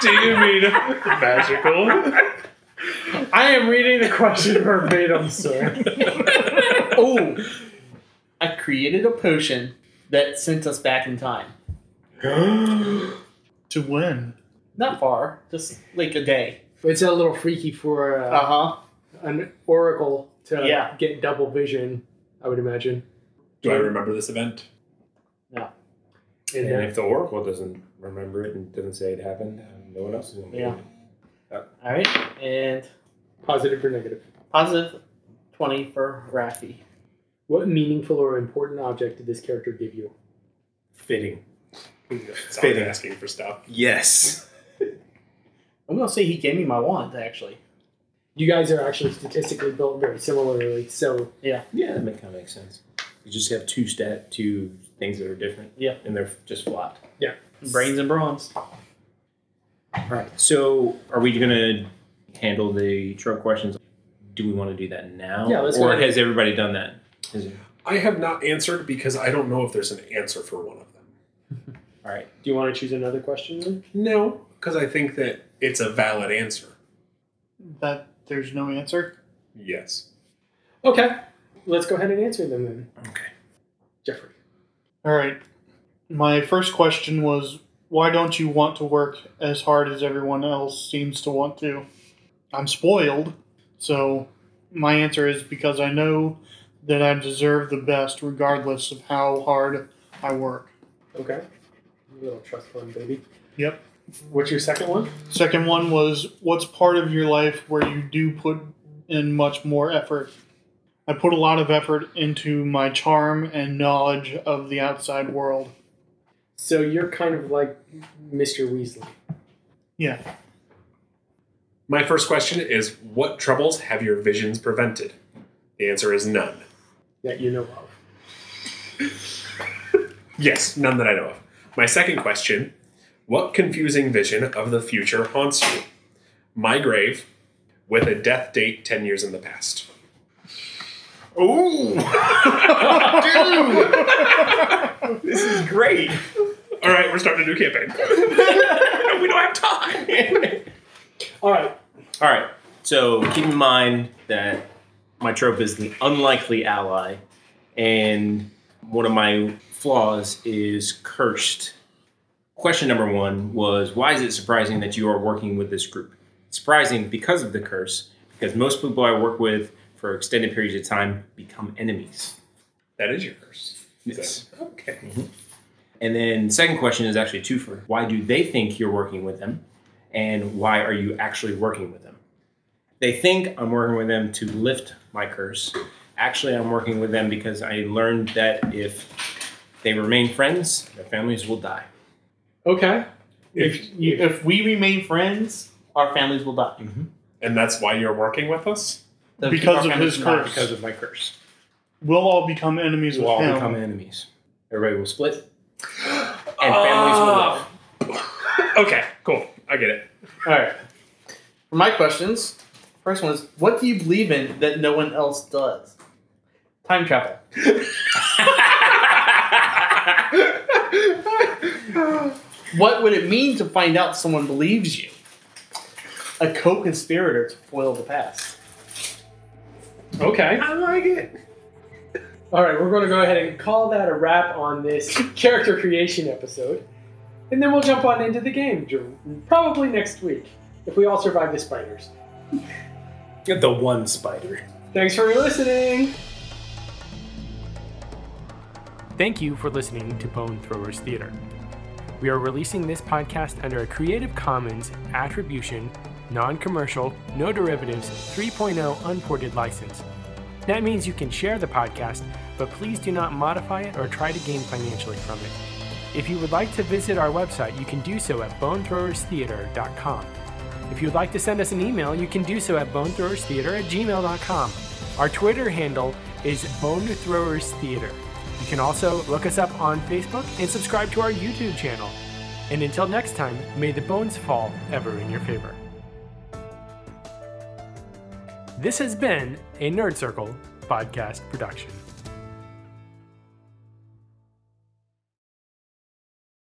Do you mean magical?
I am reading the question verbatim, sir.
Oh, I created a potion that sent us back in time.
To win.
Not far, just like a day.
It's a little freaky for
Uh
uh,
huh.
an oracle to
Yeah.
get double vision, I would imagine.
Do I remember this event?
And uh,
and
then
if the Oracle doesn't remember it and doesn't say it happened, um, no one else is going to
Yeah. All right, and
positive or negative.
positive twenty for Rafi.
What meaningful or important object did this character give you?
Fitting.
It's always asking for stuff.
Yes.
I'm gonna say he gave me my wand actually.
You guys are actually statistically built very similarly, so
Yeah, that make, kind of makes sense. You just have two stat, two things that are different.
Yeah.
And they're just flopped.
Brains and bronze.
All right. So are we going to handle the trope questions? Do we want to do that now?
Yeah, let's go
Or
ahead.
has everybody done that? Is it-
I have not answered because I don't know if there's an answer for one of them.
All right.
do you want to choose another question? then?
No, because I think that it's a valid answer.
That there's no answer.
Yes.
Okay, let's go ahead and answer them then.
Okay.
Jeffrey.
All right. My first question was why don't you want to work as hard as everyone else seems to want to? I'm spoiled, so my answer is because I know that I deserve the best regardless of how hard I work.
Okay. You little trust fund baby.
Yep.
What's your second one?
Second one was what's part of your life where you do put in much more effort? I put a lot of effort into my charm and knowledge of the outside world.
So you're kind of like Mr. Weasley.
Yeah.
My first question is What troubles have your visions prevented? The answer is none.
that you know of.
Yes, none that I know of. My second question What confusing vision of the future haunts you? My grave with a death date 10 years in the past. Ooh!
This is great.
All right, we're starting a new campaign. we don't have time.
All right.
All right. So keep in mind that my trope is the unlikely ally, and one of my flaws is cursed. Question number one was why is it surprising that you are working with this group? Surprising because of the curse, because most people I work with for extended periods of time become enemies.
That is your curse.
Yes. Mm-hmm.
Okay.
And then second question is actually two for why do they think you're working with them? And why are you actually working with them? They think I'm working with them to lift my curse. Actually, I'm working with them because I learned that if they remain friends, their families will die.
Okay.
If,
If we remain friends, our families will die.
and that's why you're working with us?
So keep
Mm-hmm. Because
our
of
families
his
alive.
curse.
Because of my curse.
We'll all become enemies
We'll
with
all
him.
become enemies. Everybody will split. And families will die.
Okay, cool. I get it.
All right. For my questions, first one is what do you believe in that no one else does? Time travel. What would it mean to find out someone believes you? A co conspirator to foil the past.
Okay.
I like it.
All right. We're going to go ahead and call that a wrap on this character creation episode, and then we'll jump on into the game, Drew. Probably next week if we all survive the spiders.
The one spider.
Thanks for listening.
Thank you for listening to Bone Throwers Theater. We are releasing this podcast under a Creative Commons Attribution, Non Commercial, No Derivatives 3.0 Unported license. That means you can share the podcast, but please do not modify it or try to gain financially from it. If you would like to visit our website, you can do so at bonethrowerstheater.com. If you'd like to send us an email, you can do so at bonethrowerstheater at gmail.com. Our Twitter handle is bonethrowerstheater. You can also look us up on Facebook and subscribe to our YouTube channel. And until next time, may the bones fall ever in your favor. This has been a Nerd Circle podcast production.